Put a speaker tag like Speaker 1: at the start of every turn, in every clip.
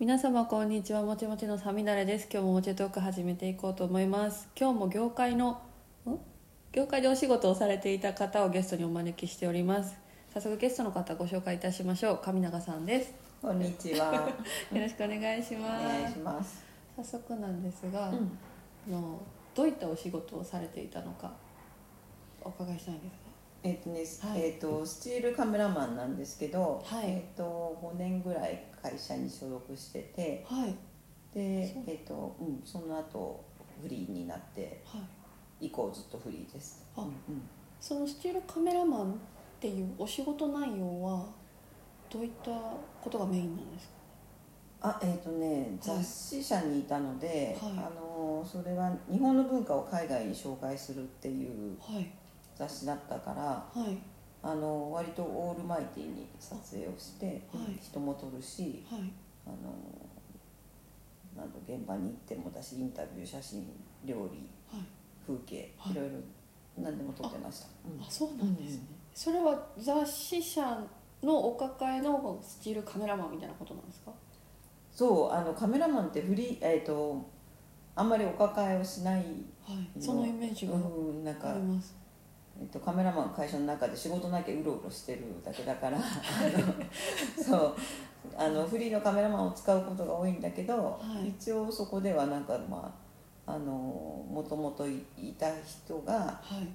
Speaker 1: 皆様こんにちはもちもちのさみだれです今日ももちトーク始めていこうと思います今日も業界のん業界でお仕事をされていた方をゲストにお招きしております早速ゲストの方ご紹介いたしましょう上永さんです
Speaker 2: こんにちは。
Speaker 1: よろしくお願いし
Speaker 2: お願
Speaker 1: ま
Speaker 2: いし
Speaker 1: す
Speaker 2: ます。
Speaker 1: 早速なんですが、
Speaker 2: うん
Speaker 1: あのどういったお仕事をされていたのかお伺いしたいんです
Speaker 2: えっとね、
Speaker 1: はい
Speaker 2: えっとスチールカメラマンなんですけど、
Speaker 1: はい
Speaker 2: えっと5年ぐらい会社に所属してて、
Speaker 1: がはいはい
Speaker 2: で
Speaker 1: そう、
Speaker 2: えっとうんその後フリーになって以降ずっとフリーです。
Speaker 1: あ
Speaker 2: うんうん
Speaker 1: そのスチールカメラマンっていうお仕事内容はどういったことがメインなんですか
Speaker 2: あえっとね雑誌社にいたので、
Speaker 1: はい
Speaker 2: あのそれは日本の文化を海外に紹介するっていう
Speaker 1: はい
Speaker 2: 雑誌だったから。
Speaker 1: はい
Speaker 2: あの割とオールマイティーに撮影をして、
Speaker 1: はい
Speaker 2: 人も撮るし、
Speaker 1: はい
Speaker 2: あのなんだ現場に行っても私インタビュー写真料理
Speaker 1: はい
Speaker 2: 風景、
Speaker 1: はい
Speaker 2: い、ろいろ何でも撮ってました、うん
Speaker 1: あそうなんですね、それは雑誌社のお抱えのスチールカメラマンみたいなことなんですか
Speaker 2: そうあのカメラマンってフリーえっ、とあんまりお抱えをしない
Speaker 1: はいそのイメージが
Speaker 2: うんなんか
Speaker 1: あり、ます
Speaker 2: えっとカメラマン会社の中で仕事なきゃうろうろしてるだけだか らあのそうあのフリーのカメラマンを使うことが多いんだけど、
Speaker 1: はい
Speaker 2: 一応そこではなんかまああのもともといた人が
Speaker 1: はい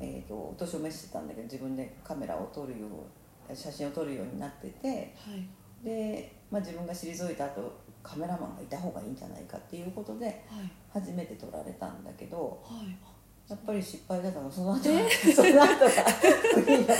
Speaker 2: えー、とお年を召してたんだけど自分でカメラを撮るよう写真を撮るようになってて
Speaker 1: はい
Speaker 2: で、まあ、自分が退いた後カメラマンがいた方がいいんじゃないかっていうことで
Speaker 1: はい
Speaker 2: 初めて撮られたんだけど
Speaker 1: はい
Speaker 2: やっぱり失敗だからその後 その後がフリーの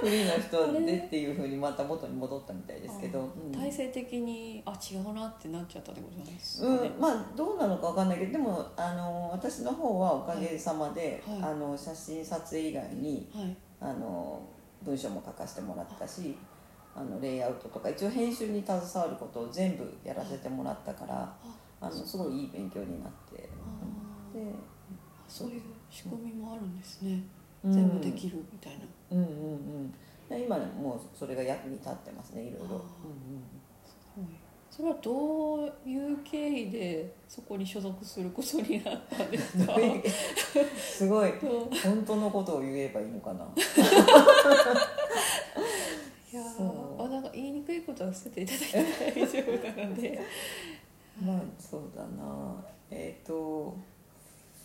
Speaker 2: フリーの人でっていうふうにまた元に戻ったみたいですけ
Speaker 1: あ
Speaker 2: ど、うん
Speaker 1: 体制的にあ違うなってなっちゃったってことなんですかね、
Speaker 2: うん、まあどうなのかわかんないけどでもあの私の方はおかげさまで、
Speaker 1: はいはい
Speaker 2: あの写真撮影以外に
Speaker 1: はい
Speaker 2: あの文章も書かせてもらったしあのレイアウトとか一応編集に携わることを全部やらせてもらったから
Speaker 1: あ
Speaker 2: あのすごいいい勉強になって
Speaker 1: あー
Speaker 2: で、
Speaker 1: そういう仕組みもあるんですね、
Speaker 2: うん
Speaker 1: 全部できるみたいな
Speaker 2: うんうんうんで今もうそれが役に立ってますねいろ
Speaker 1: あ
Speaker 2: いろ、う
Speaker 1: ー
Speaker 2: んうん
Speaker 1: それはどういう経緯でそこに所属することになったん ですか
Speaker 2: すごい
Speaker 1: と
Speaker 2: 本当のことを言えばいいのかな
Speaker 1: いや
Speaker 2: そう
Speaker 1: ーあなんか言いにくいことは捨てていただきたい大丈夫なので
Speaker 2: まあそうだなえっ、と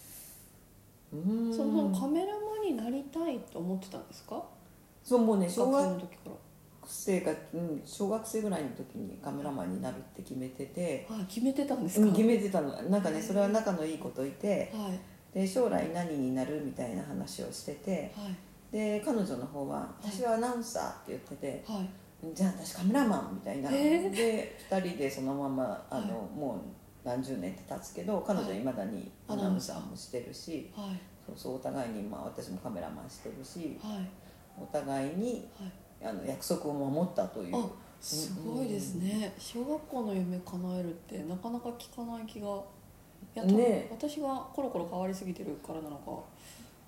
Speaker 2: うーん
Speaker 1: そのカメラマンになりたいと思ってたんですか
Speaker 2: そうもうね
Speaker 1: 小
Speaker 2: 小
Speaker 1: 学
Speaker 2: 学
Speaker 1: 生の時か
Speaker 2: 生が、うん、小学生ぐらいの時にカメラマンになるって決めてて、
Speaker 1: らあ決めてたんです
Speaker 2: う
Speaker 1: か、
Speaker 2: ん、決めてたのなんかねそれは仲のいい子といて
Speaker 1: はい
Speaker 2: で将来何になるみたいな話をしてて
Speaker 1: はい
Speaker 2: で彼女の方は「
Speaker 1: い
Speaker 2: 私はアナウンサー」って言ってて
Speaker 1: はい
Speaker 2: 「じゃあ私カメラマン」みたいな、
Speaker 1: えー
Speaker 2: で2人でそのままあの、
Speaker 1: は
Speaker 2: もう何十年って経つけど彼女はいまだに
Speaker 1: はい
Speaker 2: アナウンサーもしてるし、
Speaker 1: はい
Speaker 2: そうそうお互いに、まあ、私もカメラマンしてるし
Speaker 1: はいはい
Speaker 2: お互いにあの約束を守ったという。
Speaker 1: あすごいですね小学校の夢叶えるってなかなか聞かない気がいや、多分
Speaker 2: ね
Speaker 1: 私がコロコロ変わりすぎてるからなのか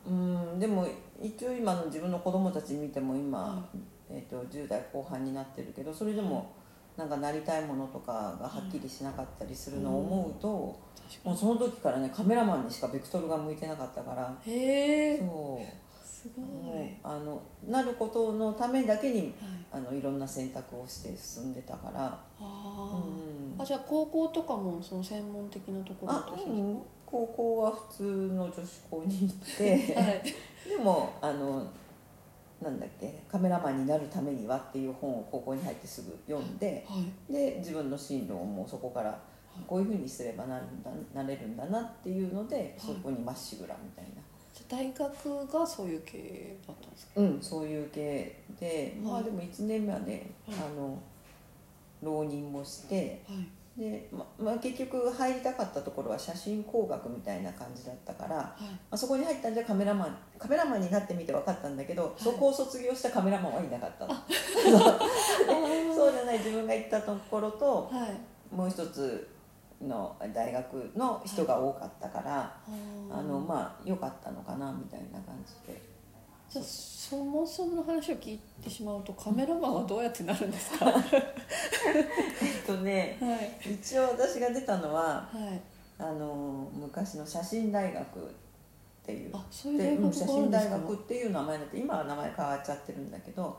Speaker 2: うんでも一応今の自分の子供たち見ても今、
Speaker 1: は
Speaker 2: えー、と10代後半になってるけどそれでもなんかなりたいものとかがはっきりしなかったりするのを思うと、
Speaker 1: 確
Speaker 2: もうその時からねカメラマンにしかベクトルが向いてなかったから
Speaker 1: にへえ
Speaker 2: そう
Speaker 1: すごい、
Speaker 2: もうあのなることのためだけに
Speaker 1: はい
Speaker 2: あのいろんな選択をして進んでたから。う
Speaker 1: あ
Speaker 2: ん
Speaker 1: ーあじゃあ高校とかもその専門的なところ
Speaker 2: あ
Speaker 1: として
Speaker 2: うん高校は普通の女子校に行って、
Speaker 1: はい
Speaker 2: でもあのなんだっけカメラマンになるためにはっていう本を高校に入ってすぐ読んで
Speaker 1: はい
Speaker 2: で自分の進路をもうそこからこういうふうにすればなるんだなれるんだなっていうのでそこにまっしぐらみたいな、
Speaker 1: じゃあ大学がそういう経営だったんですか
Speaker 2: うん、そういう系でまあでも1年目はね、
Speaker 1: はい
Speaker 2: あの浪人もして
Speaker 1: はい
Speaker 2: で、ままあ、結局入りたかったところは写真工学みたいな感じだったから、
Speaker 1: はい
Speaker 2: まあ、そこに入ったんじゃカメラマンカメラマンになってみて分かったんだけど、
Speaker 1: い
Speaker 2: そこを卒業したカメラマンはいなかったのそうじゃない自分が行ったところと
Speaker 1: はい
Speaker 2: もう一つの大学の人が多かったから、
Speaker 1: あー
Speaker 2: あのまあ良かったのかなみたいな感じで
Speaker 1: じゃあそもそもの話を聞いてしまうとカメラマンはどうやってなるんですか、
Speaker 2: えっね
Speaker 1: はい
Speaker 2: 一応私が出たのは
Speaker 1: はい
Speaker 2: あの昔の写真大学っていう
Speaker 1: あそういう大学
Speaker 2: う
Speaker 1: が
Speaker 2: ん写
Speaker 1: ある
Speaker 2: 真
Speaker 1: んです
Speaker 2: 大
Speaker 1: か
Speaker 2: 学っていう名前だって今は名前変わっちゃってるんだけど
Speaker 1: は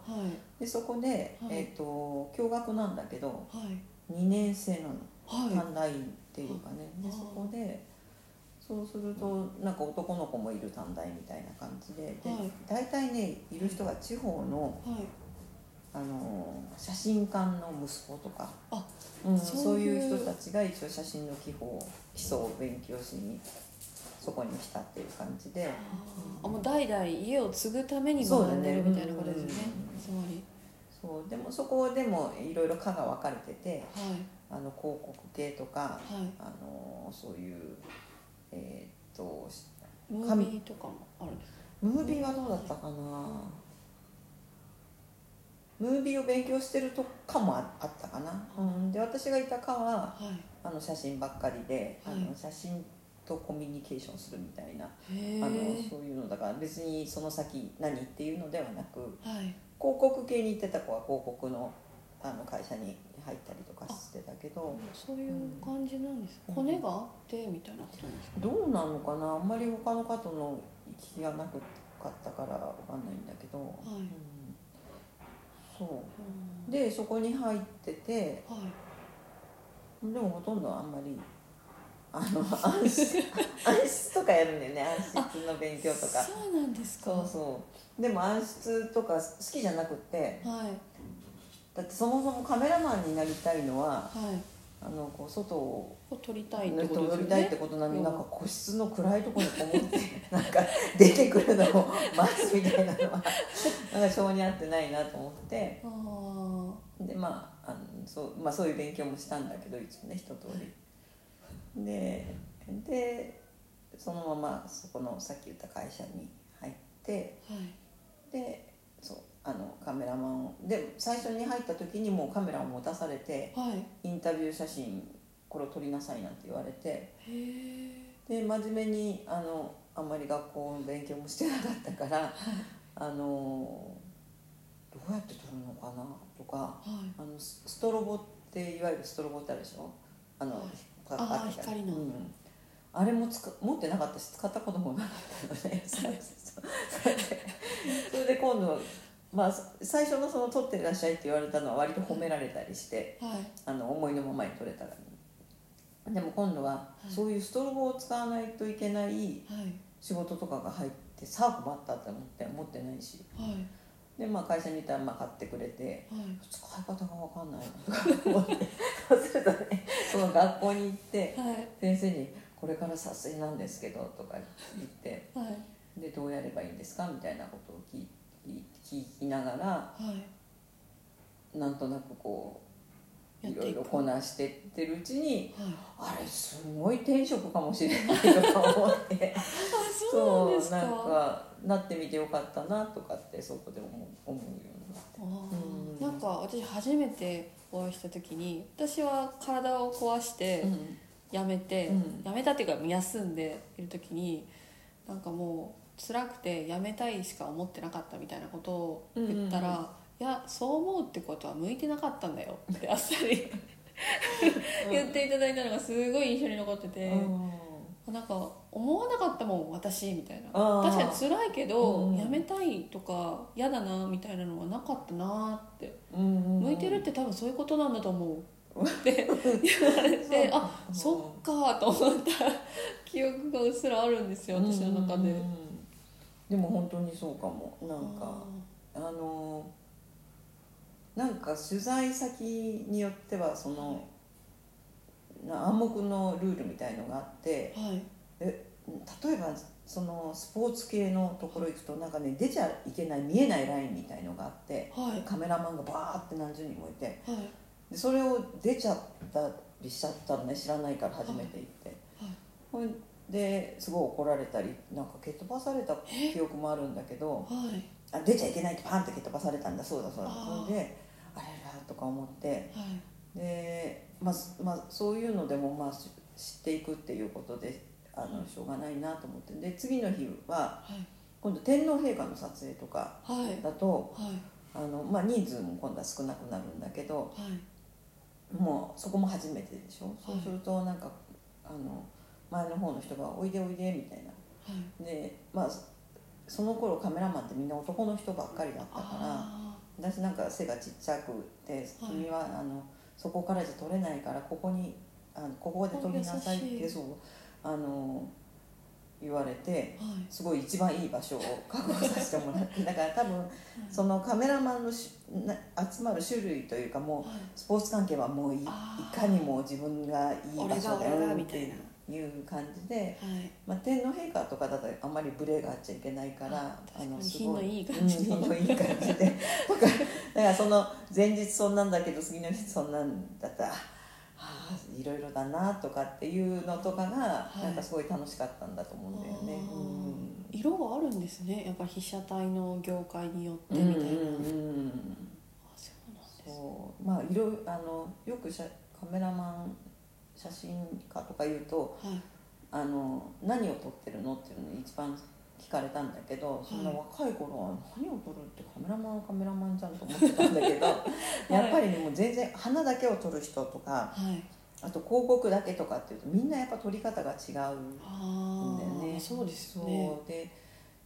Speaker 1: い
Speaker 2: でそこで、
Speaker 1: はい
Speaker 2: えっと共学なんだけど
Speaker 1: はい
Speaker 2: 2年生なの
Speaker 1: はい
Speaker 2: 短大院っていうかね、
Speaker 1: あ
Speaker 2: で
Speaker 1: ー
Speaker 2: そこでそうするとなんか男の子もいる短大みたいな感じでで、
Speaker 1: はい
Speaker 2: 大体ねいる人が地方の、
Speaker 1: はい
Speaker 2: あの写真館の息子とか
Speaker 1: あ
Speaker 2: うん、
Speaker 1: そういう
Speaker 2: そういう人たちが一応写真の基本基礎を勉強しにそこに来たっていう感じで
Speaker 1: あもう代々家を継ぐために学んでるみたいなことですよねつまり
Speaker 2: そうでもそこでもいろいろ科が分かれてて
Speaker 1: はい
Speaker 2: あの広告系とか
Speaker 1: はい
Speaker 2: あのそういうえーっとし
Speaker 1: ムービーとかもあるんですか
Speaker 2: ムービーはどうだったかなムービーを勉強してるとかもああったかな、うん、で私がいた科は
Speaker 1: はい
Speaker 2: あの写真ばっかりで、
Speaker 1: はい
Speaker 2: あの写真とコミュニケーションするみたいな、
Speaker 1: へえ
Speaker 2: あのそういうのだから別にその先何っていうのではなく広
Speaker 1: はい
Speaker 2: 告系に行ってた子は広告のあの会社に入ったりとかしてたけど
Speaker 1: そういう感じなんです
Speaker 2: うん
Speaker 1: コネがあってみたいなことなんですか
Speaker 2: どうなのかなあんまり他の方の行き来がなくかったからわかんないんだけど、
Speaker 1: い
Speaker 2: うんそうでそこに入ってて
Speaker 1: はい
Speaker 2: でもほとんどあんまりあの 暗室暗室とかやるんだよね暗室の勉強とか
Speaker 1: そうなんですか
Speaker 2: そうそうでも暗室とか好きじゃなくって
Speaker 1: はい
Speaker 2: だってそもそもカメラマンになりたいのは
Speaker 1: はい
Speaker 2: あのこう外を
Speaker 1: こう撮りたいって
Speaker 2: 塗
Speaker 1: こ
Speaker 2: と
Speaker 1: と
Speaker 2: 乗
Speaker 1: で
Speaker 2: り
Speaker 1: すよ
Speaker 2: たいって
Speaker 1: ね
Speaker 2: ことなのに
Speaker 1: 要
Speaker 2: な
Speaker 1: は
Speaker 2: んか個室の暗いところにこもって なんか出てくるのを待つみたいなのは なんか性に合ってないなと思って
Speaker 1: ああ
Speaker 2: でまああのそうまあ、そういう勉強もしたんだけど一応ね一通りででそのままそこのさっき言った会社に入って
Speaker 1: はい
Speaker 2: でそうあのカメラマンをで最初に入った時にもうカメラを持たされて
Speaker 1: はい
Speaker 2: インタビュー写真これを撮りなさいなんて言われて
Speaker 1: へえ
Speaker 2: で真面目にあのあんまり学校の勉強もしてなかったから あのどうやって撮るのかなとか。
Speaker 1: はい
Speaker 2: あのスストロボっていわゆるストロボってあるでしょあの、
Speaker 1: はい
Speaker 2: パカ
Speaker 1: あー
Speaker 2: ってやる
Speaker 1: 光の
Speaker 2: うん、あれもつか持ってなかったし使ったこともなか ったのでそうそうそれでそれで今度まあ最初のその撮ってらっしゃいって言われたのは割と褒められたりして
Speaker 1: はい
Speaker 2: あの思いのままに撮れたらでも今度は
Speaker 1: はい
Speaker 2: そういうストロボを使わないといけない
Speaker 1: はい
Speaker 2: 仕事とかが入ってサーフもあったって思って持ってないし
Speaker 1: はい
Speaker 2: でまあ会社にいたらまあ買ってくれて
Speaker 1: はい
Speaker 2: 使い方が分か んないなとか思ってそうするとねその学校に行って
Speaker 1: はい
Speaker 2: 先生に「これから撮影なんですけど」とか言って
Speaker 1: はい
Speaker 2: 「でどうやればいいんですか?」みたいなことを聞い聞きながら
Speaker 1: はい
Speaker 2: なんとなくこう
Speaker 1: や
Speaker 2: い
Speaker 1: ってい
Speaker 2: ろ
Speaker 1: く
Speaker 2: いろこなしてってるうちに
Speaker 1: はい
Speaker 2: 「あれすごい転職かもしれない」とか思っ て
Speaker 1: あそうなんですか
Speaker 2: そうなんかなってみてよかったなとかってそこで思う思うようになって。
Speaker 1: あ
Speaker 2: うん
Speaker 1: ーなんか私初めてお会いした時に私は体を壊して
Speaker 2: うん
Speaker 1: 辞めて、
Speaker 2: うん
Speaker 1: 辞めたっていうか休んでいる時になんかもう辛くて辞めたいしか思ってなかったみたいなことを言ったら
Speaker 2: うんう
Speaker 1: 「いやそう思うってことは向いてなかったんだよ」ってあっさり言っていただいたのがすごい印象に残ってて、
Speaker 2: うん
Speaker 1: なんか思わなかったもん私みたいな
Speaker 2: あー
Speaker 1: 確かに辛いけど、
Speaker 2: うん
Speaker 1: 辞めたいとか嫌だなみたいなのはなかったなって
Speaker 2: 向
Speaker 1: 向いてるって多分そういうことなんだと思うって言われてあそっかと思った記憶がうっすらあるんですよ私の中で
Speaker 2: でも本当にそうかもな
Speaker 1: なん
Speaker 2: かあのなんか取材先によってはその、な暗黙のルールみたいのがあって
Speaker 1: はい
Speaker 2: 例えばそのスポーツ系のところ行くとなんかね出ちゃいけない見えないラインみたいのがあって
Speaker 1: はい
Speaker 2: カメラマンがバーって何十人もいて
Speaker 1: はい
Speaker 2: でそれを出ちゃったりしちゃったのね知らないから初めて行って、ほんですごい怒られたりなんか蹴っ飛ばされた記憶もあるんだけど
Speaker 1: はい
Speaker 2: あ出ちゃいけないってパンって蹴っ飛ばされたんだそうだそうだ
Speaker 1: あー
Speaker 2: それであれらとか思って
Speaker 1: はい
Speaker 2: で、まあすまあ、そういうのでも、まあ、し知っていくっていうことであのしょうがないなと思ってで次の日は
Speaker 1: はい
Speaker 2: 今度天皇陛下の撮影とか
Speaker 1: はいはい
Speaker 2: だと
Speaker 1: はい
Speaker 2: あの、まあ、人数も今度は少なくなるんだけどもうそこも初めてでしょ、そうするとなんかあの前の方の人が「おいでおいで」みたいなでまあその頃カメラマンってみんな男の人ばっかりだったから
Speaker 1: あ
Speaker 2: 私なんか背がちっちゃくて「
Speaker 1: はい
Speaker 2: 君はあのそこからじゃ撮れないからここにあのここで撮りなさい」っ
Speaker 1: 優
Speaker 2: て
Speaker 1: しい
Speaker 2: そうあの言われて。
Speaker 1: ーはい
Speaker 2: すごい一番いい場所を確保させてもらってだから多分そのカメラマンのしな集まる種類というかもう
Speaker 1: はい
Speaker 2: スポーツ関係はもういい
Speaker 1: あー
Speaker 2: かにも自分がいい場
Speaker 1: 俺が
Speaker 2: 所だ
Speaker 1: 俺が
Speaker 2: よ
Speaker 1: み
Speaker 2: った
Speaker 1: いな
Speaker 2: ていう感じで、
Speaker 1: はい
Speaker 2: まあ、天皇陛下とかだとあんまりブレがあっちゃいけないから
Speaker 1: あ
Speaker 2: あ
Speaker 1: 確か
Speaker 2: の
Speaker 1: に
Speaker 2: すご
Speaker 1: 品のいい感じ
Speaker 2: うん、品のいい感 じでだからだからその前日そんなんだけど次の日そんなんだったら。はあ、いろいろだなとかっていうのとかが
Speaker 1: はい
Speaker 2: なんかすごい楽しかったんだと思うんだよね。
Speaker 1: あー
Speaker 2: うん
Speaker 1: 色があるんですねやっぱり被写体の業界によってみたいな、
Speaker 2: うんうんうん
Speaker 1: あそうなんです
Speaker 2: そうまあいろいろあのよく写カメラマン写真家とか言うと
Speaker 1: はい
Speaker 2: あの何を撮ってるのっていうのを一番聞かれたんだけど、そんな若い頃は何を撮るってカメラマンはカメラマンじゃんと思ってたんだ けど、
Speaker 1: い
Speaker 2: やっぱりねもう全然花だけを撮る人とか
Speaker 1: はい
Speaker 2: あと広告だけとかっていうとみんなやっぱ撮り方が違うんだ
Speaker 1: ああ、
Speaker 2: よね。
Speaker 1: そうですね
Speaker 2: そうで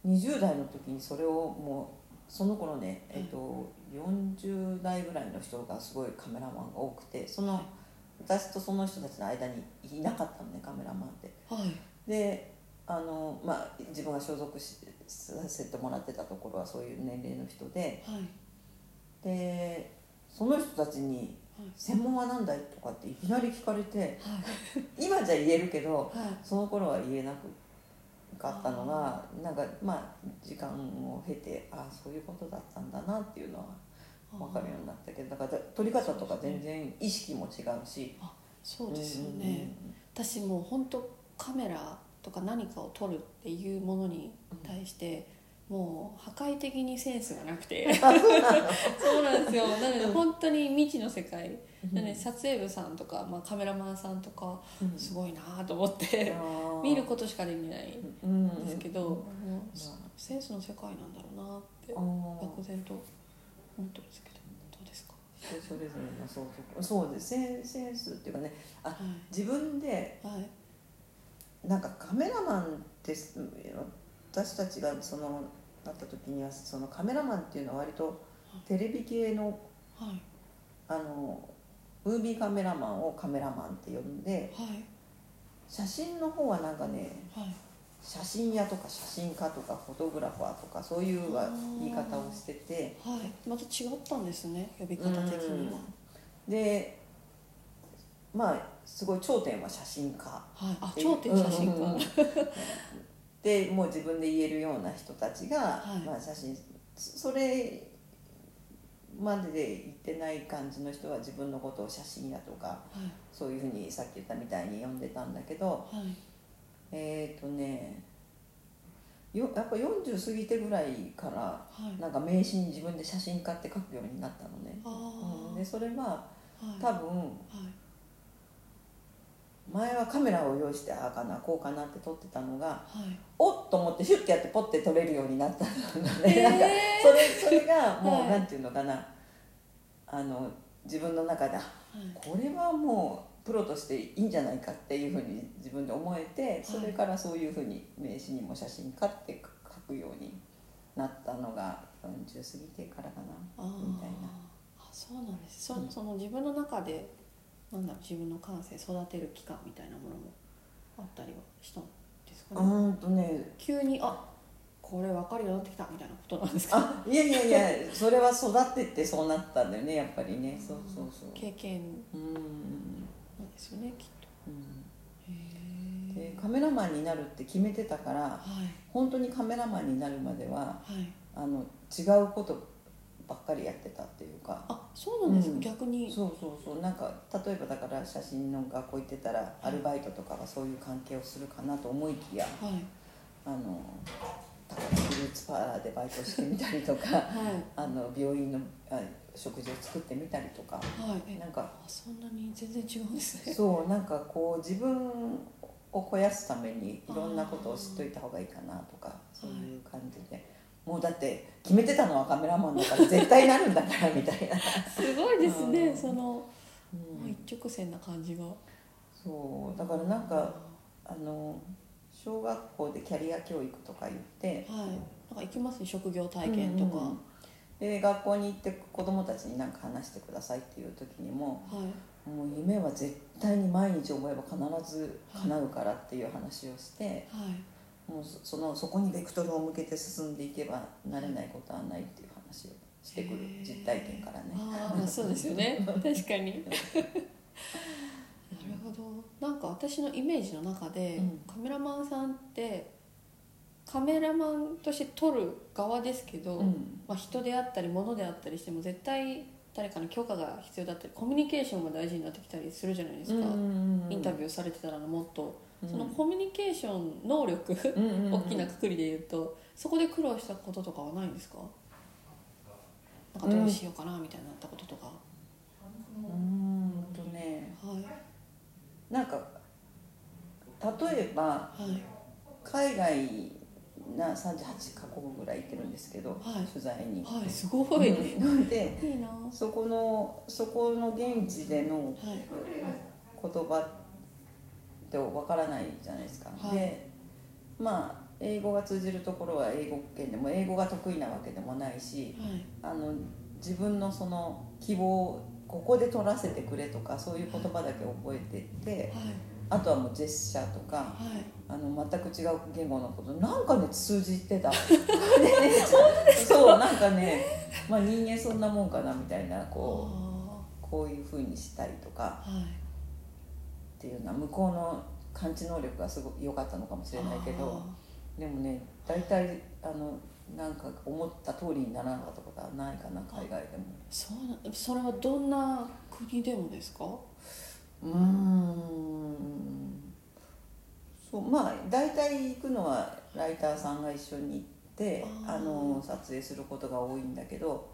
Speaker 2: 20代の時にそれをもうその頃ね、
Speaker 1: はい
Speaker 2: えっと40代ぐらいの人がすごいカメラマンが多くてその、
Speaker 1: はい
Speaker 2: 私とその人たちの間にいなかったのねカメラマンって。
Speaker 1: はい
Speaker 2: であのまあ、自分が所属しさせてもらってたところはそういう年齢の人で
Speaker 1: はい
Speaker 2: でその人たちに
Speaker 1: はい
Speaker 2: 「専門は何だい?」とかっていきなり聞かれて
Speaker 1: はい
Speaker 2: 今じゃ言えるけど、
Speaker 1: はい
Speaker 2: その頃は言えなくかったのがなんかまあ時間を経てああそういうことだったんだなっていうのは分かるようになったけどだから取り方とか全然意識も違うし
Speaker 1: そうですよね、私もう本当カメラとか何かを撮るっていうものに対して、もう破壊的にセンスがなくて そうなんですよなので本当に未知の世界、なので撮影部さんとか、まあ、カメラマンさんとかすごいなと思って、見ることしかできない
Speaker 2: と
Speaker 1: ですけど、もう
Speaker 2: まあ
Speaker 1: センスの世界なんだろうなって漠然と思ってますけどどうですか、
Speaker 2: 人それぞれのそうそうですセンセンスっていうかねあ
Speaker 1: は
Speaker 2: 自分で
Speaker 1: い、はい
Speaker 2: なんかカメラマンです私たちがそのなった時にはそのカメラマンっていうのは割とテレビ系の
Speaker 1: はい
Speaker 2: あのムービーカメラマンをカメラマンって呼んで
Speaker 1: はい
Speaker 2: 写真の方はなんかね
Speaker 1: はい
Speaker 2: 写真屋とか写真家とかフォトグラファーとかそういうは言い方をしてて
Speaker 1: はい、また違ったんですね呼び方的には、
Speaker 2: うんでまあすごい頂点は写真家
Speaker 1: はい、あ頂点写真家、
Speaker 2: うんうんうん でもう自分で言えるような人たちが、
Speaker 1: はい
Speaker 2: まあ、写真そそれまでで言ってない感じの人は自分のことを写真やとか
Speaker 1: はい
Speaker 2: そういうふうにさっき言ったみたいに呼んでたんだけど
Speaker 1: はい
Speaker 2: えっ、とねよやっぱ40過ぎてぐらいから
Speaker 1: はい
Speaker 2: なんか名刺に自分で写真家って書くようになったのね。
Speaker 1: あー
Speaker 2: うんでそれは
Speaker 1: はい
Speaker 2: 多分
Speaker 1: はい
Speaker 2: 前はカメラを用意してああかなこうかなって撮ってたのが
Speaker 1: はい
Speaker 2: おっと思ってヒュッてやってポッて撮れるようになったんだね、
Speaker 1: えー
Speaker 2: なんかそれそれがもう、
Speaker 1: はい
Speaker 2: なんていうのかなあの自分の中であ
Speaker 1: はい
Speaker 2: これはもうプロとしていいんじゃないかっていうふうに自分で思えてそれからそういうふうに名刺にも写真家って書くようになったのが40過ぎてからか
Speaker 1: あ
Speaker 2: な
Speaker 1: ー
Speaker 2: みたいな。
Speaker 1: あそうなんですそ,、
Speaker 2: うん
Speaker 1: その自分の中でなんだろう自分の感性育てる期間みたいなものもあったりはしたんです
Speaker 2: う
Speaker 1: かね、
Speaker 2: ーんとね
Speaker 1: 急にあこれ分かるようになってきたみたいなことなんですか
Speaker 2: あいやいやいやそれは育ってってそうなったんだよねやっぱりねそうそうそう。
Speaker 1: 経験
Speaker 2: うん
Speaker 1: なんですよねきっと
Speaker 2: うん
Speaker 1: へえ
Speaker 2: でカメラマンになるって決めてたから
Speaker 1: はい
Speaker 2: 本当にカメラマンになるまでは
Speaker 1: はい
Speaker 2: あの違うことばっかりやってたっていうか
Speaker 1: あそうなんですか、
Speaker 2: うん
Speaker 1: 逆に
Speaker 2: そうそうそうなんか例えばだから写真の学校行ってたらアルバイトとかはそういう関係をするかなと思いきや
Speaker 1: はい
Speaker 2: あのだからフルーツパーラーでバイトしてみたり とか
Speaker 1: はい
Speaker 2: あの病院のあ食事を作ってみたりとか
Speaker 1: はいえ
Speaker 2: なんか
Speaker 1: あそんなに全然違うんですね。
Speaker 2: そうなんかこう自分を肥やすためにいろんなことを知っといた方がいいかなとかそういう感じで、もうだって決めてたのはカメラマンだから絶対なるんだからみたいな
Speaker 1: すごいですね。
Speaker 2: うん
Speaker 1: その
Speaker 2: うん
Speaker 1: もう一直線な感じが
Speaker 2: そうだからなんかあの小学校でキャリア教育とか言って
Speaker 1: はいなんか行きますね職業体験とか、
Speaker 2: うんで学校に行って子供たちに何か話してくださいっていう時にも
Speaker 1: はい
Speaker 2: もう夢は絶対に毎日思えば必ず叶うからっていう話をして
Speaker 1: はい
Speaker 2: もうそそのそこにベクトルを向けて進んでいけばなれないことはないっていう話をしてくる
Speaker 1: へー
Speaker 2: 実体験からね。
Speaker 1: ああそうですよ ね確かになるほどなんか私のイメージの中で、
Speaker 2: うん
Speaker 1: カメラマンさんってカメラマンとして撮る側ですけど、
Speaker 2: うん
Speaker 1: まあ、人であったり物であったりしても絶対誰かの許可が必要だったりコミュニケーションが大事になってきたりするじゃないですか、インタビューされてたらもっと、
Speaker 2: うん
Speaker 1: そのコミュニケーション能力、
Speaker 2: うんうんうん
Speaker 1: 大きなくくりで言うとそこで苦労したこととかはないんですかなんかどうしようかなみたいになったこととか、
Speaker 2: うーんとね
Speaker 1: はい
Speaker 2: なんか例えば
Speaker 1: はい
Speaker 2: 海外な38カ国ぐらい行ってるんですけど、
Speaker 1: はい
Speaker 2: 取材に。
Speaker 1: はいすごい、い
Speaker 2: うんで
Speaker 1: いなは
Speaker 2: そこのそこの現地での
Speaker 1: い
Speaker 2: 言葉ってわからないじゃないですか、
Speaker 1: はい
Speaker 2: でまあ英語が通じるところは英語圏でも英語が得意なわけでもないし
Speaker 1: はい
Speaker 2: あの自分のその希望をここで取らせてくれとかそういう言葉だけ覚えてって
Speaker 1: はい
Speaker 2: あとはもうジェスチャーとか
Speaker 1: はい
Speaker 2: あの全く違う言語のことなんかね通じてたでねそうなんかね、まあ、人間そんなもんかなみたいなこ
Speaker 1: あ
Speaker 2: うこういうふうにしたりとか
Speaker 1: あはい
Speaker 2: っていうのは向こうの感知能力がすごく良かったのかもしれないけどでもね大体あのなんか思った通りにならなかったことはないかな海外でも
Speaker 1: あーそうなそれはどんな国でもですかは
Speaker 2: うーんそうまあ大体行くのはライターさんが一緒に行って
Speaker 1: あー
Speaker 2: あの撮影することが多いんだけど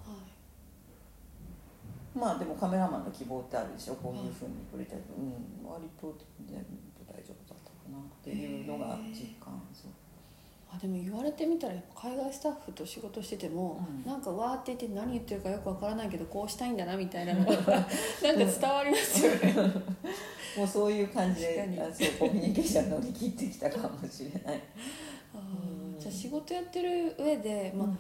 Speaker 1: い
Speaker 2: まあでもカメラマンの希望ってあるでしょこういうふうに撮りたい、うん、割と全部大丈夫だったかなっていうのが実感そう
Speaker 1: あでも言われてみたらやっぱ海外スタッフと仕事してても、
Speaker 2: うん
Speaker 1: なんかわーって言って何言ってるかよくわからないけどこうしたいんだなみた いなのがなんか伝わりますよね、
Speaker 2: もうそういう感じで
Speaker 1: 確かに
Speaker 2: あそうコミュニケーション乗り切ってきたかもしれない。
Speaker 1: あ
Speaker 2: う
Speaker 1: ー
Speaker 2: ん
Speaker 1: じゃあ仕事やってる上で、 まあ
Speaker 2: うん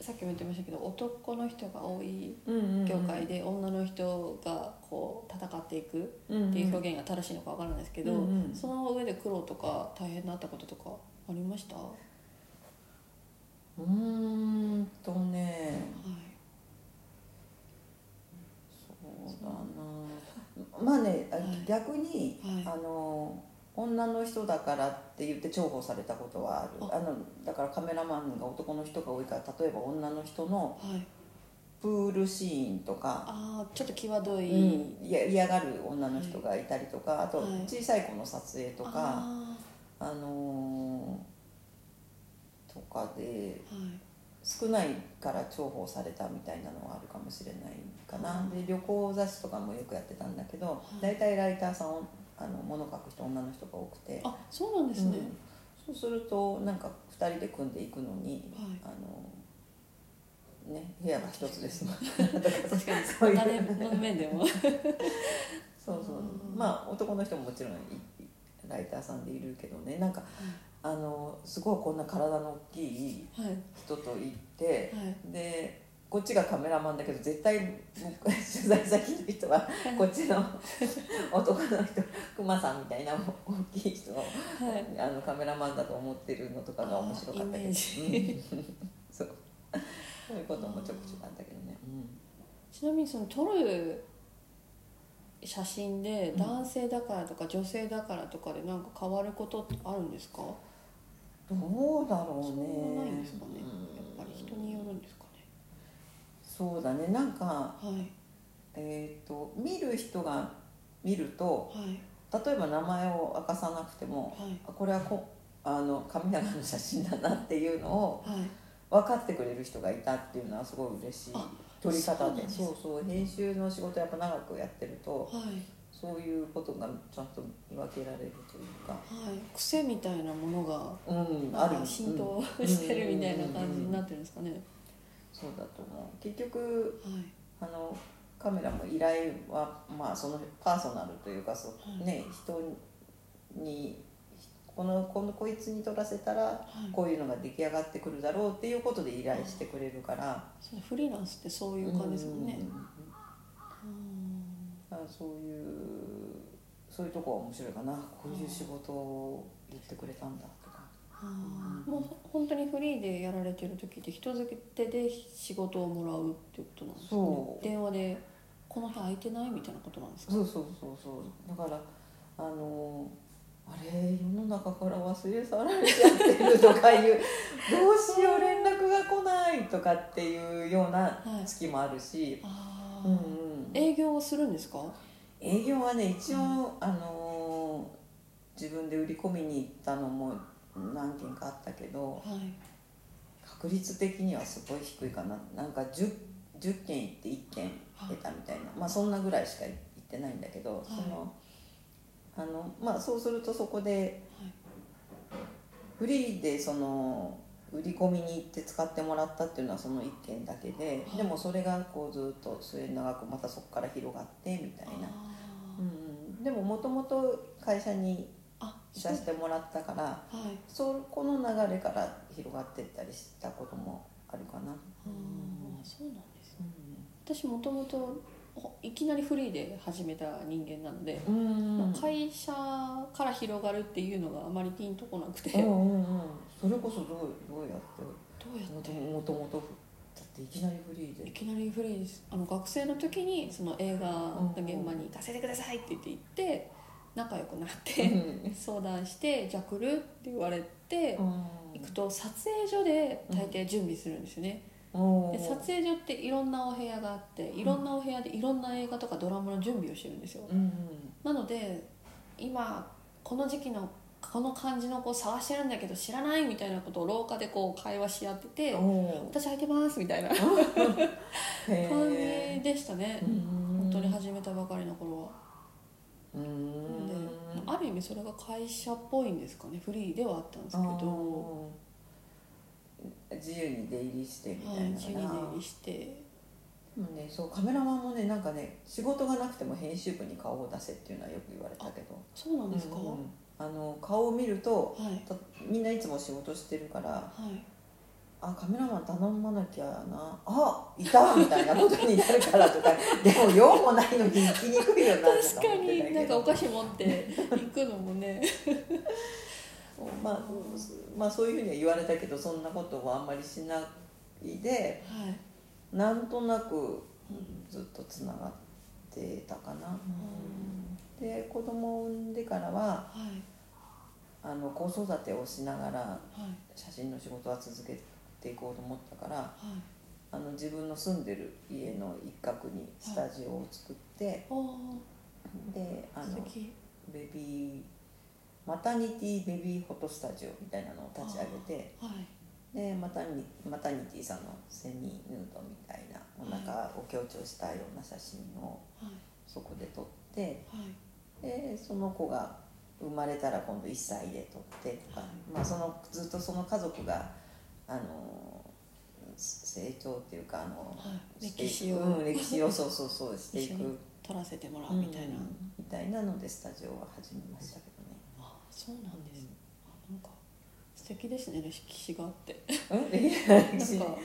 Speaker 1: さっきも言ってましたけど男の人が多い
Speaker 2: うんうんうん
Speaker 1: 業界で女の人がこう戦っていくっ
Speaker 2: うんうん
Speaker 1: ていう表現が正しいのかわからないですけど、
Speaker 2: うんうん
Speaker 1: その上で苦労とか大変になったこととかありました、は
Speaker 2: うーんとね
Speaker 1: い、
Speaker 2: そうだなまあね、あ
Speaker 1: はい
Speaker 2: 逆に、
Speaker 1: はい
Speaker 2: あの女の人だからって言って重宝されたことはある
Speaker 1: あ
Speaker 2: あのだからカメラマンが男の人が多いから例えば女の人の
Speaker 1: はい、
Speaker 2: プールシーンとか、
Speaker 1: ああちょっと際どい、
Speaker 2: うん、いや嫌がる女の人がいたりとか、あと
Speaker 1: はい
Speaker 2: 小さい子の撮影とか、
Speaker 1: あ
Speaker 2: あのーとかで
Speaker 1: ーはい
Speaker 2: 少ないから重宝されたみたいなのはあるかもしれないかな、
Speaker 1: はい
Speaker 2: で旅行雑誌とかもよくやってたんだけど
Speaker 1: い
Speaker 2: 大体、ライターさんをあの物書く人女の人が多くて
Speaker 1: あそうなんですね、
Speaker 2: うんそうするとなんか2人で組んでいくのに、
Speaker 1: はい
Speaker 2: あのね部屋が一つですもん だか ら
Speaker 1: 確かに
Speaker 2: そういう
Speaker 1: 誰の面でもはい
Speaker 2: そうそう
Speaker 1: うん
Speaker 2: まあ男の人ももちろんいいライターさんでいるけどねなんかあのすごいこんな体の大きい
Speaker 1: はい
Speaker 2: 人と行って
Speaker 1: はい
Speaker 2: でこっちがカメラマンだけど絶対もう取材先の人 はこっちの男の人クマさんみたいな大きい人を
Speaker 1: はい
Speaker 2: あのカメラマンだと思ってるのとかが面白かった
Speaker 1: あー
Speaker 2: け
Speaker 1: イ
Speaker 2: ど
Speaker 1: メージ
Speaker 2: そうそういうこともちょくちょくあったけどね、
Speaker 1: ちなみにその撮る写真で
Speaker 2: うん
Speaker 1: 男性だからとか女性だからとかでなんか変わることってあるんですか、
Speaker 2: どうだろ
Speaker 1: そうう
Speaker 2: ね
Speaker 1: ないんですかね、
Speaker 2: うん
Speaker 1: やっぱり人によるんですかね
Speaker 2: そうだねなんか
Speaker 1: はい
Speaker 2: えっ、と見る人が見ると
Speaker 1: はい
Speaker 2: 例えば名前を明かさなくても、
Speaker 1: はい
Speaker 2: あこれはこあの神長の写真だなっていうのを
Speaker 1: はい
Speaker 2: 分かってくれる人がいたっていうのはすごい嬉しい
Speaker 1: あ
Speaker 2: 撮り
Speaker 1: そう
Speaker 2: 方
Speaker 1: なん
Speaker 2: で
Speaker 1: です
Speaker 2: そうそう編集の仕事やっぱ長くやってると
Speaker 1: はい
Speaker 2: そういうことがちゃんと見分けられるというか、
Speaker 1: はい癖みたいなものが
Speaker 2: うん、
Speaker 1: な
Speaker 2: あ
Speaker 1: ん
Speaker 2: る
Speaker 1: か浸透
Speaker 2: うん
Speaker 1: してるみたいな感じになってるんですかね、
Speaker 2: そうだと思う結局
Speaker 1: はい
Speaker 2: あのカメラも依頼は、まあ、そのパーソナルというかそう、ね、人にこのこのこいつに撮らせたら
Speaker 1: はい
Speaker 2: こういうのが出来上がってくるだろうっていうことで依頼してくれるから
Speaker 1: そうフリーランスってそういう感じですもんね
Speaker 2: うんだからそういうそういうとこは面白いかなこういう仕事を言ってくれたんだとか。
Speaker 1: あーもう本当にフリーでやられてる時って人付けで仕事をもらうっていうことなんですかね
Speaker 2: そう
Speaker 1: 電話で「この部屋空いてない?」みたいなことなんですか
Speaker 2: そうそうそうそうだからあのあれ世の中から忘れ去られちゃってるとかいうどうしよう連絡が来ないとかっていうような
Speaker 1: はい
Speaker 2: 月もあるし、
Speaker 1: あ
Speaker 2: うんう
Speaker 1: ー
Speaker 2: ん、
Speaker 1: 営業をするんですか
Speaker 2: 営業はね一応、あの自分で売り込みに行ったのも何件かあったけど
Speaker 1: はい
Speaker 2: 確率的にはすごい低いかななんか 10, 10件行って1件得たみたいな、まあそんなぐらいしか行ってないんだけど、そのあのまあそうするとそこで
Speaker 1: はい
Speaker 2: フリーでその売り込みに行って使ってもらったっていうのはその1件だけで、
Speaker 1: はい
Speaker 2: でもそれがこうずっと末永くまたそこから広がってみたいな、
Speaker 1: あ
Speaker 2: う
Speaker 1: ー
Speaker 2: ん、でももともと会社に
Speaker 1: あ
Speaker 2: い
Speaker 1: そう
Speaker 2: させてもらったから
Speaker 1: はい
Speaker 2: そこの流れから広がってったりしたこともあるかな。
Speaker 1: あーそうなんですね
Speaker 2: う
Speaker 1: 私もともといきなりフリーで始めた人間なので、
Speaker 2: んうん
Speaker 1: まあ会社から広がるっていうのがあまりピンとこなくて、
Speaker 2: うん
Speaker 1: ど
Speaker 2: うんうん、それこそどうどうやっ
Speaker 1: うやって
Speaker 2: もともとだっていきなりフリー
Speaker 1: てい
Speaker 2: で
Speaker 1: きなりフリーですあの学生の時にその映画の現場に行かせてくださいって言って行って仲良くなって、相談して「じゃあ来る?」って言われて、行くと撮影所で大抵準備するんですよね、で撮影所っていろんなお部屋があっていろんなお部屋でいろんな映画とかドラマの準備をしてるんですよ、
Speaker 2: うん
Speaker 1: なので今この時期のこの感じの子探してるんだけど知らないみたいなことを廊下でこう会話し合ってて
Speaker 2: うん
Speaker 1: 「私空いてます」みたいな感じでしたね本当に始めたばかりの頃はでまあある意味それが会社っぽいんですかねフリーではあったんですけど
Speaker 2: 自由に出入りしてみ
Speaker 1: は
Speaker 2: た
Speaker 1: い
Speaker 2: いな
Speaker 1: 自由に出入りして
Speaker 2: ね、そうカメラマンもねなんかね仕事がなくても編集部に顔を出せっていうのはよく言われたけど
Speaker 1: そうなんですか
Speaker 2: う
Speaker 1: は
Speaker 2: んうんあの顔を見ると
Speaker 1: い
Speaker 2: たみんないつも仕事してるから
Speaker 1: はい
Speaker 2: あカメラマン頼まなきゃなあいたみたいなことになるからとか でも用もないのに行きにくいよなと
Speaker 1: 確か
Speaker 2: 思っ
Speaker 1: に
Speaker 2: てたけど
Speaker 1: なんかお菓子持って行くのもね
Speaker 2: まあ、まあそういうふうには言われたけどそんなことはあんまりしないで
Speaker 1: はい
Speaker 2: なんとなくずっとつながってたかな、で子供を産んでからは
Speaker 1: はい
Speaker 2: あの子育てをしながら
Speaker 1: はい
Speaker 2: 写真の仕事は続けていこうと思ったから
Speaker 1: はい
Speaker 2: あの自分の住んでる家の一角にスタジオを作って、
Speaker 1: おー
Speaker 2: であ
Speaker 1: 素
Speaker 2: の
Speaker 1: 敵
Speaker 2: ベビーマタニティベビーフォトスタジオみたいなのを立ち上げて
Speaker 1: はい
Speaker 2: でマタニマタニティさんのセミヌードみたいなお腹を強調したような写真を
Speaker 1: はい
Speaker 2: そこで撮って
Speaker 1: はい
Speaker 2: でその子が生まれたら今度1歳で撮ってとか、まあ、そのずっとその家族があの成長っていうかあの、
Speaker 1: はい
Speaker 2: してい
Speaker 1: 歴
Speaker 2: く
Speaker 1: 史を
Speaker 2: うん、歴史をそうそうそうして い
Speaker 1: 一緒に
Speaker 2: く
Speaker 1: 撮らせてもらうみたいな、
Speaker 2: うんみたいなのでスタジオは始めましたけどね。
Speaker 1: あそうなんです、あなんか素敵ですね歴史があって
Speaker 2: うん、
Speaker 1: なん か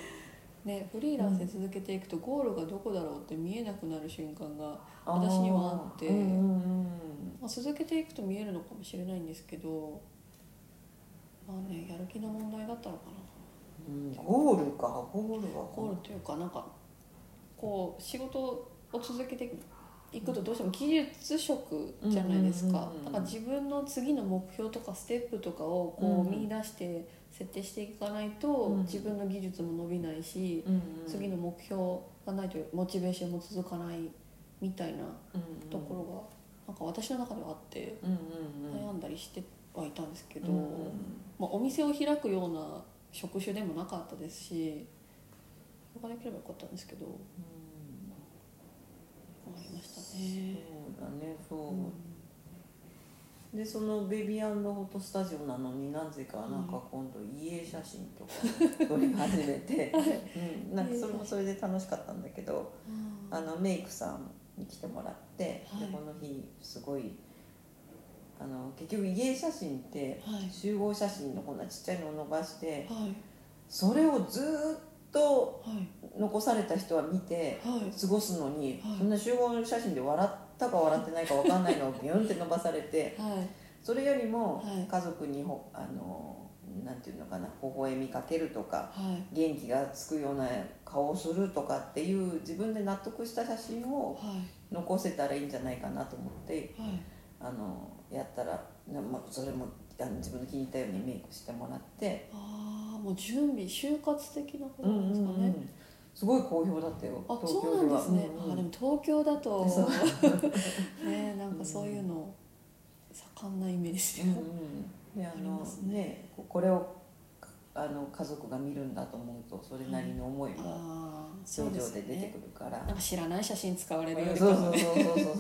Speaker 1: ねフリーランスで続けていくとゴールがどこだろうって見えなくなる瞬間が、私にはあって
Speaker 2: うんうんうん
Speaker 1: まあ、続けていくと見えるのかもしれないんですけどまあねやる気の問題だったのかな
Speaker 2: うん、ゴールかゴールは
Speaker 1: ゴールというかなんかこう仕事を続けていくとどうしても技術職じゃないです
Speaker 2: うんうん
Speaker 1: か
Speaker 2: うんうん
Speaker 1: だから自分の次の目標とかステップとかをこ
Speaker 2: うん
Speaker 1: う見出して設定していかないと
Speaker 2: うん
Speaker 1: 自分の技術も伸びないし
Speaker 2: うんうん、
Speaker 1: 次の目標がないとモチベーションも続かないみたいなところがなんか私の中ではあって
Speaker 2: ろ、うんうんうん、
Speaker 1: 悩んだりしてはいたんですけど、
Speaker 2: うん
Speaker 1: まあ、お店を開くような職種でもなかったですしそれができればよかったんですけど思いました
Speaker 2: うん
Speaker 1: ね。
Speaker 2: そうだねそう、
Speaker 1: うん
Speaker 2: でそのベビアンのフォトスタジオなのになぜかなんか今度家写真とか撮り始め て、うん、なんかそれもそれで楽しかったんだけどあのメイクさんに来てもらって、
Speaker 1: はい
Speaker 2: でこの日すごいあの結局家写真って
Speaker 1: はい
Speaker 2: 集合写真のこんなちっちゃいのを伸ばして
Speaker 1: はい
Speaker 2: それをずーっと
Speaker 1: はい
Speaker 2: 残された人は見て
Speaker 1: はい
Speaker 2: 過ごすのに、
Speaker 1: はい
Speaker 2: そんな集合写真で笑ったか笑ってないか分かんないのをビュンって伸ばされて
Speaker 1: はい
Speaker 2: それよりも
Speaker 1: はい
Speaker 2: 家族にほあのなんていうのかな微笑みかけるとか
Speaker 1: はい
Speaker 2: 元気がつくような顔をするとかっていう自分で納得した写真を
Speaker 1: はい
Speaker 2: 残せたらいいんじゃないかなと思って
Speaker 1: はい
Speaker 2: あのやったら、なまあ、それもあの自分の気に入ったようにメイクしてもらって、
Speaker 1: ああもう準備就活的なこと
Speaker 2: うん
Speaker 1: なん
Speaker 2: う
Speaker 1: ですかね、
Speaker 2: んうん、すごい好評だったよ
Speaker 1: あそうなんですね、
Speaker 2: うんうん
Speaker 1: あでも東京だと
Speaker 2: そう
Speaker 1: ねなんかそういうの盛んなイメージ、
Speaker 2: うん、であ
Speaker 1: あり
Speaker 2: の
Speaker 1: ます
Speaker 2: ねここれをあの家族が見るんだと思うとそれなりの思いが
Speaker 1: ああそ
Speaker 2: 症
Speaker 1: うで
Speaker 2: 状
Speaker 1: す
Speaker 2: で出て
Speaker 1: ね
Speaker 2: くるから、
Speaker 1: なんか知らない写真使われるよ
Speaker 2: うん
Speaker 1: りか
Speaker 2: そうそ
Speaker 1: は
Speaker 2: う
Speaker 1: ね
Speaker 2: そうそうそうそう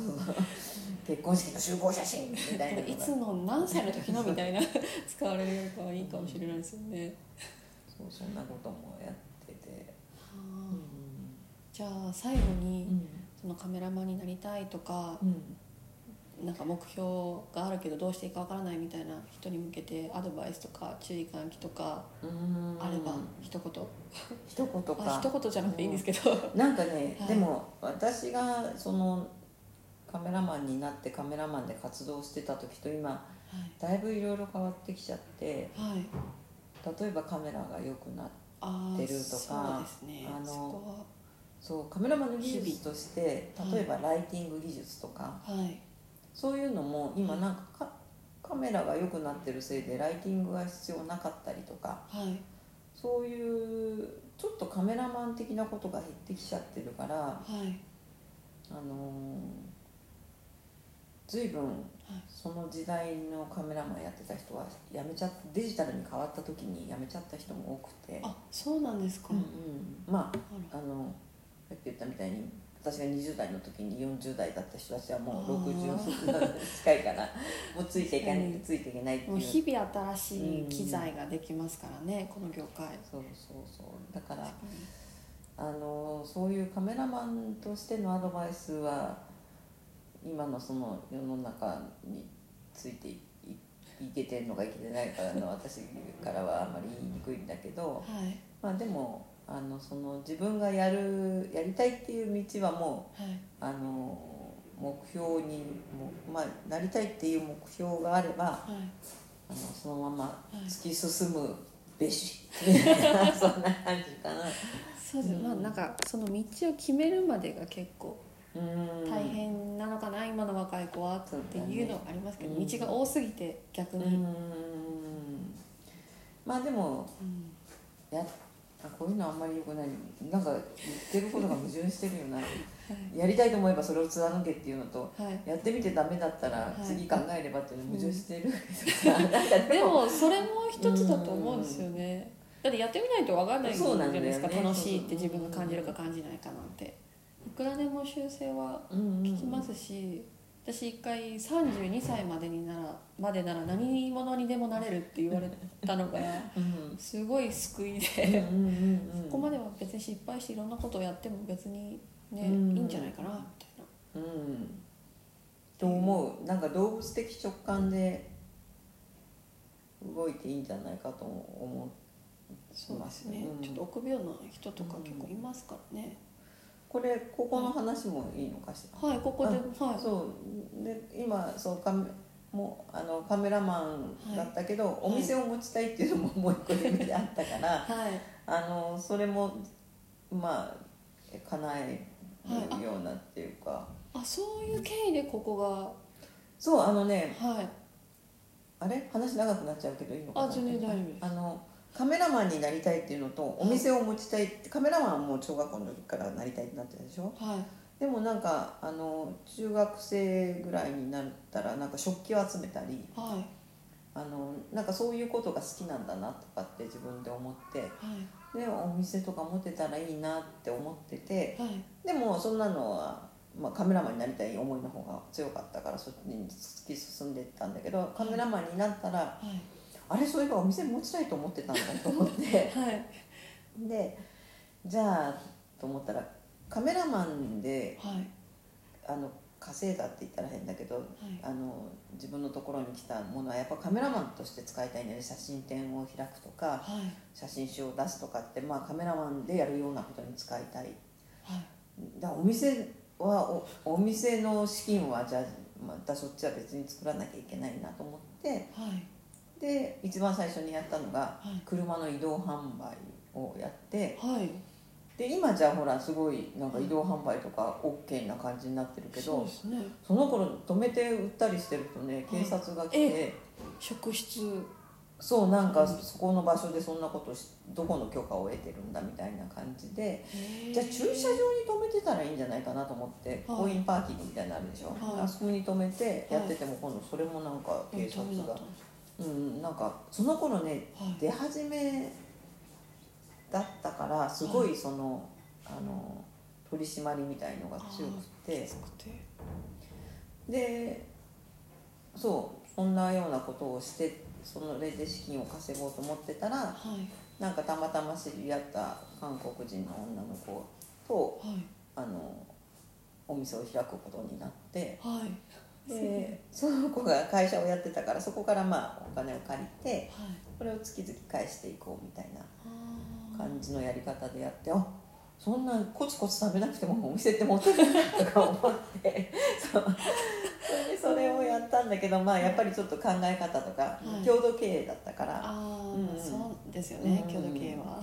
Speaker 2: 結婚式の集合写真みたいなのが
Speaker 1: いつの何歳の時のみたいな 使われるよりかはいいかもしれないですよね、
Speaker 2: そうそんなこともやってて、
Speaker 1: あーじゃあ最後
Speaker 2: う
Speaker 1: に、
Speaker 2: ん
Speaker 1: そのカメラマンになりたいとか
Speaker 2: うん
Speaker 1: なんか目標があるけどどうしていいかわからないみたいな人に向けてアドバイスとか注意喚起とか
Speaker 2: うん
Speaker 1: あれば一言、
Speaker 2: 一言
Speaker 1: あ
Speaker 2: か
Speaker 1: 一言じゃなくていいんですけど、
Speaker 2: なんかね、
Speaker 1: はい
Speaker 2: でも私がそのカメラマンになってカメラマンで活動してた時と今だいぶいろいろ変わってきちゃって
Speaker 1: はい、はい、
Speaker 2: 例えばカメラが良くなって
Speaker 1: あ
Speaker 2: 出るとか
Speaker 1: そうですね
Speaker 2: あの
Speaker 1: そこ
Speaker 2: そうカメラマンの技術として
Speaker 1: 日々
Speaker 2: 例えばライティング技術とか、
Speaker 1: ははい
Speaker 2: そういうのも今なんかかカメラが良くなってるせいでライティングが必要なかったりとか
Speaker 1: はい
Speaker 2: そういうちょっとカメラマン的なことが減ってきちゃってるから、
Speaker 1: はい
Speaker 2: あのー、随分
Speaker 1: はい
Speaker 2: その時代のカメラマンやってた人はやめちゃっデジタルに変わった時にやめちゃった人も多くて。
Speaker 1: あそうなんですか、
Speaker 2: うんうん、まあ
Speaker 1: あ
Speaker 2: あのさっき言ったみたいに私が20代の時に40代だった人たちはもう
Speaker 1: あ
Speaker 2: 60近いからもうついていけない、
Speaker 1: うん
Speaker 2: ついていけないってい
Speaker 1: ら
Speaker 2: う
Speaker 1: もう日々新しい機材ができますからね、この業界
Speaker 2: そうそうそうだからあのそういうカメラマンとしてのアドバイスは今のその世の中についていいいけてんのかいけてないかの私からはあんまり言いにくいんだけど、
Speaker 1: はい
Speaker 2: まあ、でもあのその自分がやるやりたいっていう道はもう
Speaker 1: はい
Speaker 2: あの目標にも、まあ、なりたいっていう目標があれば
Speaker 1: はい
Speaker 2: あのそのまま
Speaker 1: はい
Speaker 2: 突き進む べし、そんな感じかな
Speaker 1: そうです、
Speaker 2: うん
Speaker 1: まあなんかその道を決めるまでが結構
Speaker 2: うん
Speaker 1: 大変なのかな、今の若い子はっていうのはありますけど、
Speaker 2: うん
Speaker 1: 道が多すぎて逆
Speaker 2: う
Speaker 1: に、
Speaker 2: んまあでも
Speaker 1: うん
Speaker 2: やあこういうのあんまりよくないなんか言ってることが矛盾してるよな
Speaker 1: は
Speaker 2: やりたいと思えばそれを貫けっていうのと
Speaker 1: いはい
Speaker 2: やってみてダメだったら
Speaker 1: はい
Speaker 2: 次考えればっていうの矛盾してる、なんか
Speaker 1: でもそれも一つだと思うんですよね、だってやってみないと分かんないじ
Speaker 2: そう
Speaker 1: ゃな
Speaker 2: な
Speaker 1: んい
Speaker 2: だよね
Speaker 1: ですか、楽しいって
Speaker 2: そうそ
Speaker 1: 自
Speaker 2: う
Speaker 1: 分が感じるか感じないかなんていくらでも修正は
Speaker 2: うん
Speaker 1: 聞きますし、私一回32歳までにならまでなら何者にでもなれるって言われた のが
Speaker 2: うん
Speaker 1: すごい救いで、
Speaker 2: うんうんうんうん
Speaker 1: ここまでは別に失敗していろんなことをやっても別にね、
Speaker 2: うん
Speaker 1: いいんじゃないかなみたいな
Speaker 2: うんと思うなんか動物的直感で動いていいんじゃないかと思う
Speaker 1: そうですね、
Speaker 2: うん
Speaker 1: ちょっと臆病な人とか結構いますからね、
Speaker 2: これここの話もいいのかしら、
Speaker 1: はいここで、はい
Speaker 2: そうで今そうカメもうあのカメラマンだったけど、
Speaker 1: い
Speaker 2: お店を持ちたいっていうのももう一個夢であったから、
Speaker 1: はい
Speaker 2: あのそれもまあ叶えるようなっていうか、
Speaker 1: あそういう経緯でここ
Speaker 2: そうあのね
Speaker 1: がはい
Speaker 2: あれ話長くなっちゃうけどいいのかな
Speaker 1: あ全然大丈夫です
Speaker 2: あのカメラマンになりたいっていうのとお店を持ちたいってカメラマンはもう小学校の時からなりたいってなってるでしょ
Speaker 1: はい
Speaker 2: でもなんかあの中学生ぐらいになったらなんか食器を集めたり
Speaker 1: はい
Speaker 2: あのなんかそういうことが好きなんだなとかって自分で思って
Speaker 1: は
Speaker 2: でお店とか持てたらいいなって思ってて
Speaker 1: いはい
Speaker 2: でもそんなのはまあ、カメラマンになりたい思いの方が強かったからそっちに突き進んでいったんだけどカメラマンになったら
Speaker 1: は
Speaker 2: あれそういえばお店持ちたいと思ってたんだと思って。
Speaker 1: いはい
Speaker 2: でじゃあと思ったらカメラマンで
Speaker 1: はい
Speaker 2: あの稼いだって言ったら変だけど、
Speaker 1: い
Speaker 2: あの自分のところに来たものはやっぱカメラマンとして使いたいので写真展を開くとか
Speaker 1: はい
Speaker 2: 写真集を出すとかって、まあ、カメラマンでやるようなことに使いたい
Speaker 1: はい
Speaker 2: だからお店はおお店の資金はじゃあまたそっちは別に作らなきゃいけないなと思って
Speaker 1: はい
Speaker 2: で一番最初にやったのが
Speaker 1: はい
Speaker 2: 車の移動販売をやって。
Speaker 1: はい
Speaker 2: で今じゃほらすごいなんか移動販売とか OK な感じになってるけ
Speaker 1: そう
Speaker 2: ど
Speaker 1: ですね
Speaker 2: その頃止めて売ったりしてるとね
Speaker 1: はい
Speaker 2: 警察が来
Speaker 1: え
Speaker 2: て
Speaker 1: 職質
Speaker 2: そうなんかそこの場所でそんなことしどこの許可を得てるんだみたいな感じでじゃあ駐車場に止めてたらいいんじゃないかなと思って
Speaker 1: はい
Speaker 2: コインパーキングみたいになのあるでしょ、
Speaker 1: はい
Speaker 2: あそこに止めてやってても今度それもなんか警察が、うんなんかその頃ね
Speaker 1: はい
Speaker 2: 出始めだったからすごいその,、あの取り締まりみたいのが強くて
Speaker 1: きつくて
Speaker 2: でそうそんなようなことをしてそれで資金を稼ごうと思ってたら
Speaker 1: はい
Speaker 2: なんかたまたま知り合った韓国人の女の子と
Speaker 1: はい
Speaker 2: あのお店を開くことになって
Speaker 1: はい
Speaker 2: でその子が会社をやってたからそこからまあお金を借りて
Speaker 1: はい
Speaker 2: これを月々返していこうみたいな
Speaker 1: あー
Speaker 2: 感じのやり方でやってあそんなコツコツ食べなくてもお店って持ってるなとか思って そうそれでそれをやったんだけどまあやっぱりちょっと考え方とか、
Speaker 1: はい
Speaker 2: 共同経営だったから
Speaker 1: あ
Speaker 2: うんう
Speaker 1: ー
Speaker 2: ん
Speaker 1: そうですよね
Speaker 2: うん
Speaker 1: 郷土系は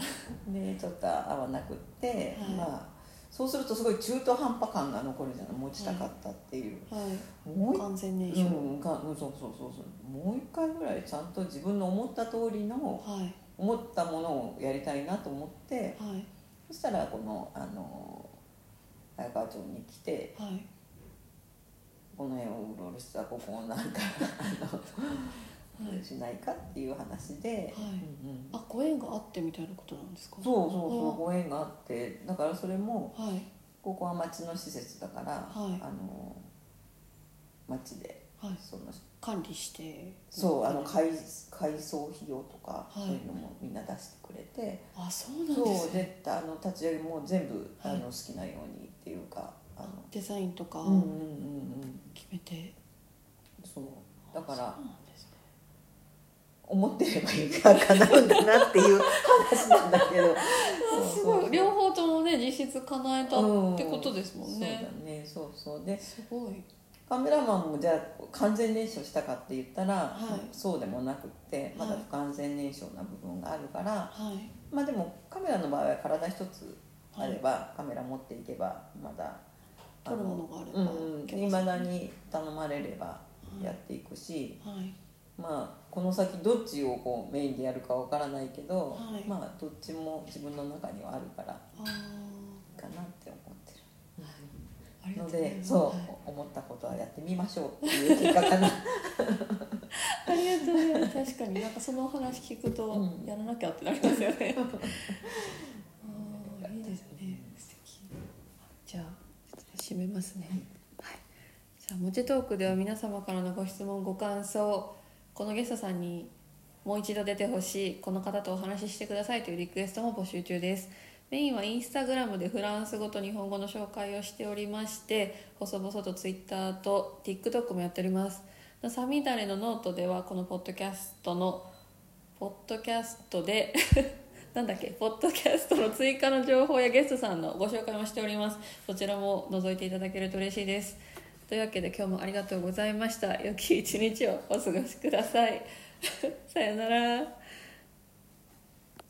Speaker 2: でちょっと合わなくって、
Speaker 1: はい
Speaker 2: まあそうするとすごい中途半端感が残るじゃない持ちたかったっていう、
Speaker 1: はい
Speaker 2: もう一
Speaker 1: 完全燃
Speaker 2: 回、
Speaker 1: 焼
Speaker 2: うん、かうんそうそうそうそうもう一回ぐらいちゃんと自分の思った通りの
Speaker 1: はい
Speaker 2: 思ったものをやりたいなと思って
Speaker 1: はい
Speaker 2: そしたらこのあの綾川町に来て
Speaker 1: はい
Speaker 2: この辺をうろうろしてたここをなんかあの、
Speaker 1: はい
Speaker 2: しないかっていう話で、
Speaker 1: はい
Speaker 2: うんうん
Speaker 1: あご縁があってみたいなことなんですか
Speaker 2: そうそうそ
Speaker 1: あ
Speaker 2: うご縁があってだからそれも
Speaker 1: はい
Speaker 2: ここは町の施設だから、
Speaker 1: はい
Speaker 2: あの町で
Speaker 1: はい
Speaker 2: その
Speaker 1: 管理して
Speaker 2: そうあの
Speaker 1: はい
Speaker 2: 改改装費用とか、
Speaker 1: はい
Speaker 2: そういうのもみんな出してくれて
Speaker 1: あそうなんで
Speaker 2: そう
Speaker 1: すね
Speaker 2: であの立ち上げも全部、
Speaker 1: はい
Speaker 2: あの好きなようにっていうかあの
Speaker 1: デザインとか
Speaker 2: うんうんうんうん
Speaker 1: 決めて
Speaker 2: そうだか
Speaker 1: そう
Speaker 2: ら
Speaker 1: なんですね
Speaker 2: 思ってれば夢が叶うんだなっていう話なんだけど
Speaker 1: あすごい両方ともね実質叶えたってことですもん
Speaker 2: そう
Speaker 1: ね
Speaker 2: だねそうそうです
Speaker 1: ごい
Speaker 2: カメラマンもじゃあ完全燃焼したかって言ったら、
Speaker 1: はい
Speaker 2: そうでもなくってまだ
Speaker 1: はい
Speaker 2: 不完全燃焼な部分があるから、
Speaker 1: はい
Speaker 2: まあでもカメラの場合は体一つあれば、カメラ持っていけばまだ
Speaker 1: 撮るものがあれば
Speaker 2: うんうん
Speaker 1: いけます
Speaker 2: 未だに頼まれれば
Speaker 1: はい
Speaker 2: やっていくし、
Speaker 1: はい
Speaker 2: まあ、この先どっちをこうメインでやるかわからないけど、
Speaker 1: はい
Speaker 2: まあどっちも自分の中にはあるから
Speaker 1: あ
Speaker 2: いいかなって思って
Speaker 1: ーあり
Speaker 2: る
Speaker 1: が
Speaker 2: の
Speaker 1: とうござい
Speaker 2: で
Speaker 1: ます
Speaker 2: そ
Speaker 1: はいう
Speaker 2: 思ったことはやってみましょうっていう結果かな
Speaker 1: ありがとうございます確かになんかそのお話聞くと、
Speaker 2: うん
Speaker 1: やらなきゃってなりますよねあーいいですね素敵じゃあ締めますねはいじゃあ「モテトーク」では皆様からのご質問ご感想このゲストさんにもう一度出てほしいこの方とお話ししてくださいというリクエストも募集中ですメインはインスタグラムでフランス語と日本語の紹介をしておりまして細々とツイッターと TikTok もやっておりますサミダレのノートではこのポッドキャストのポッドキャストで なんだっけポッドキャストの追加の情報やゲストさんのご紹介もしておりますそちらも覗いていただけると嬉しいですというわけで今日もあり がとうございました良き一日をお過ごしくださいさよなら